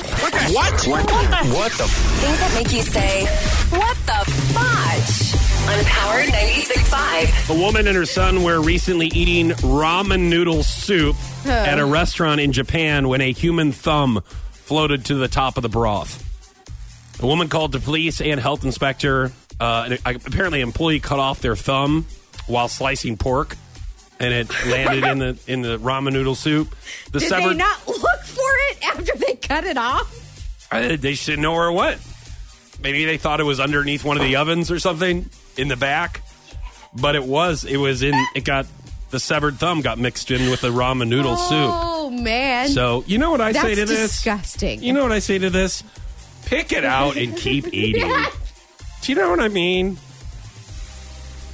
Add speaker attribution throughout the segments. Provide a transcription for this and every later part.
Speaker 1: What? What? What the? F-
Speaker 2: Things that make you say, what the fudge? On Power 96.5.
Speaker 1: a woman and her son were recently eating ramen noodle soup at a restaurant in Japan when a human thumb floated to the top of the broth. A woman called the police and health inspector. Uh, and apparently, an employee cut off their thumb while slicing pork, and it landed in the in the ramen noodle soup. The
Speaker 3: Did they not look for it after they cut it off?
Speaker 1: I, they just didn't know where it went. Maybe they thought it was underneath one of the ovens or something in the back, but it was. It was in. It got the severed thumb got mixed in with the ramen noodle
Speaker 3: Oh man.
Speaker 1: soup. So you know what I say
Speaker 3: That's
Speaker 1: to this?
Speaker 3: disgusting.
Speaker 1: You know what I say to this? Pick it out and keep eating.
Speaker 3: Yeah.
Speaker 1: Do you know what I mean?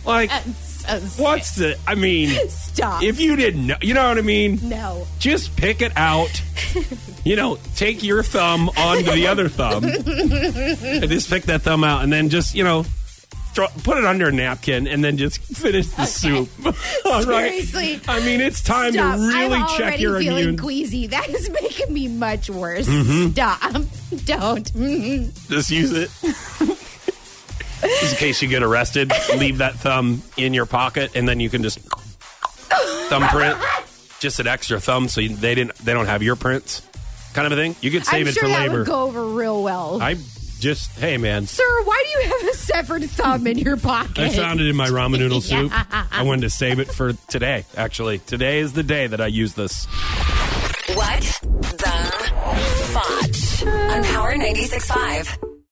Speaker 1: Like,
Speaker 3: So sick.
Speaker 1: what's the? I mean,
Speaker 3: Uh, Stop.
Speaker 1: if you didn't know, you know what I mean
Speaker 3: no.
Speaker 1: just pick it out. You know, take your thumb onto the other thumb and just pick that thumb out, and then just you know, throw, put it under a napkin, and then just finish the soup. All right.
Speaker 3: Seriously.
Speaker 1: I mean, it's time
Speaker 3: Stop.
Speaker 1: to really
Speaker 3: I'm
Speaker 1: check
Speaker 3: already
Speaker 1: your
Speaker 3: feeling
Speaker 1: immune. Mm-hmm.
Speaker 3: queasy. That is making me much worse. Stop. Don't. Mm.
Speaker 1: just use it. just in case you get arrested, leave that thumb in your pocket, and then you can just thumbprint. Just an extra thumb, so you, they didn't. They don't have your prints, kind of a thing. You could save
Speaker 3: I'm
Speaker 1: it
Speaker 3: sure
Speaker 1: for
Speaker 3: that
Speaker 1: labor.
Speaker 3: would go over real well.
Speaker 1: I just, hey man,
Speaker 3: Sir, why do you have a severed thumb in your pocket?
Speaker 1: I found it in my ramen noodle soup. I wanted to save it for today, actually. Today is the day that I use this.
Speaker 2: What the fudge? On Power 96.5.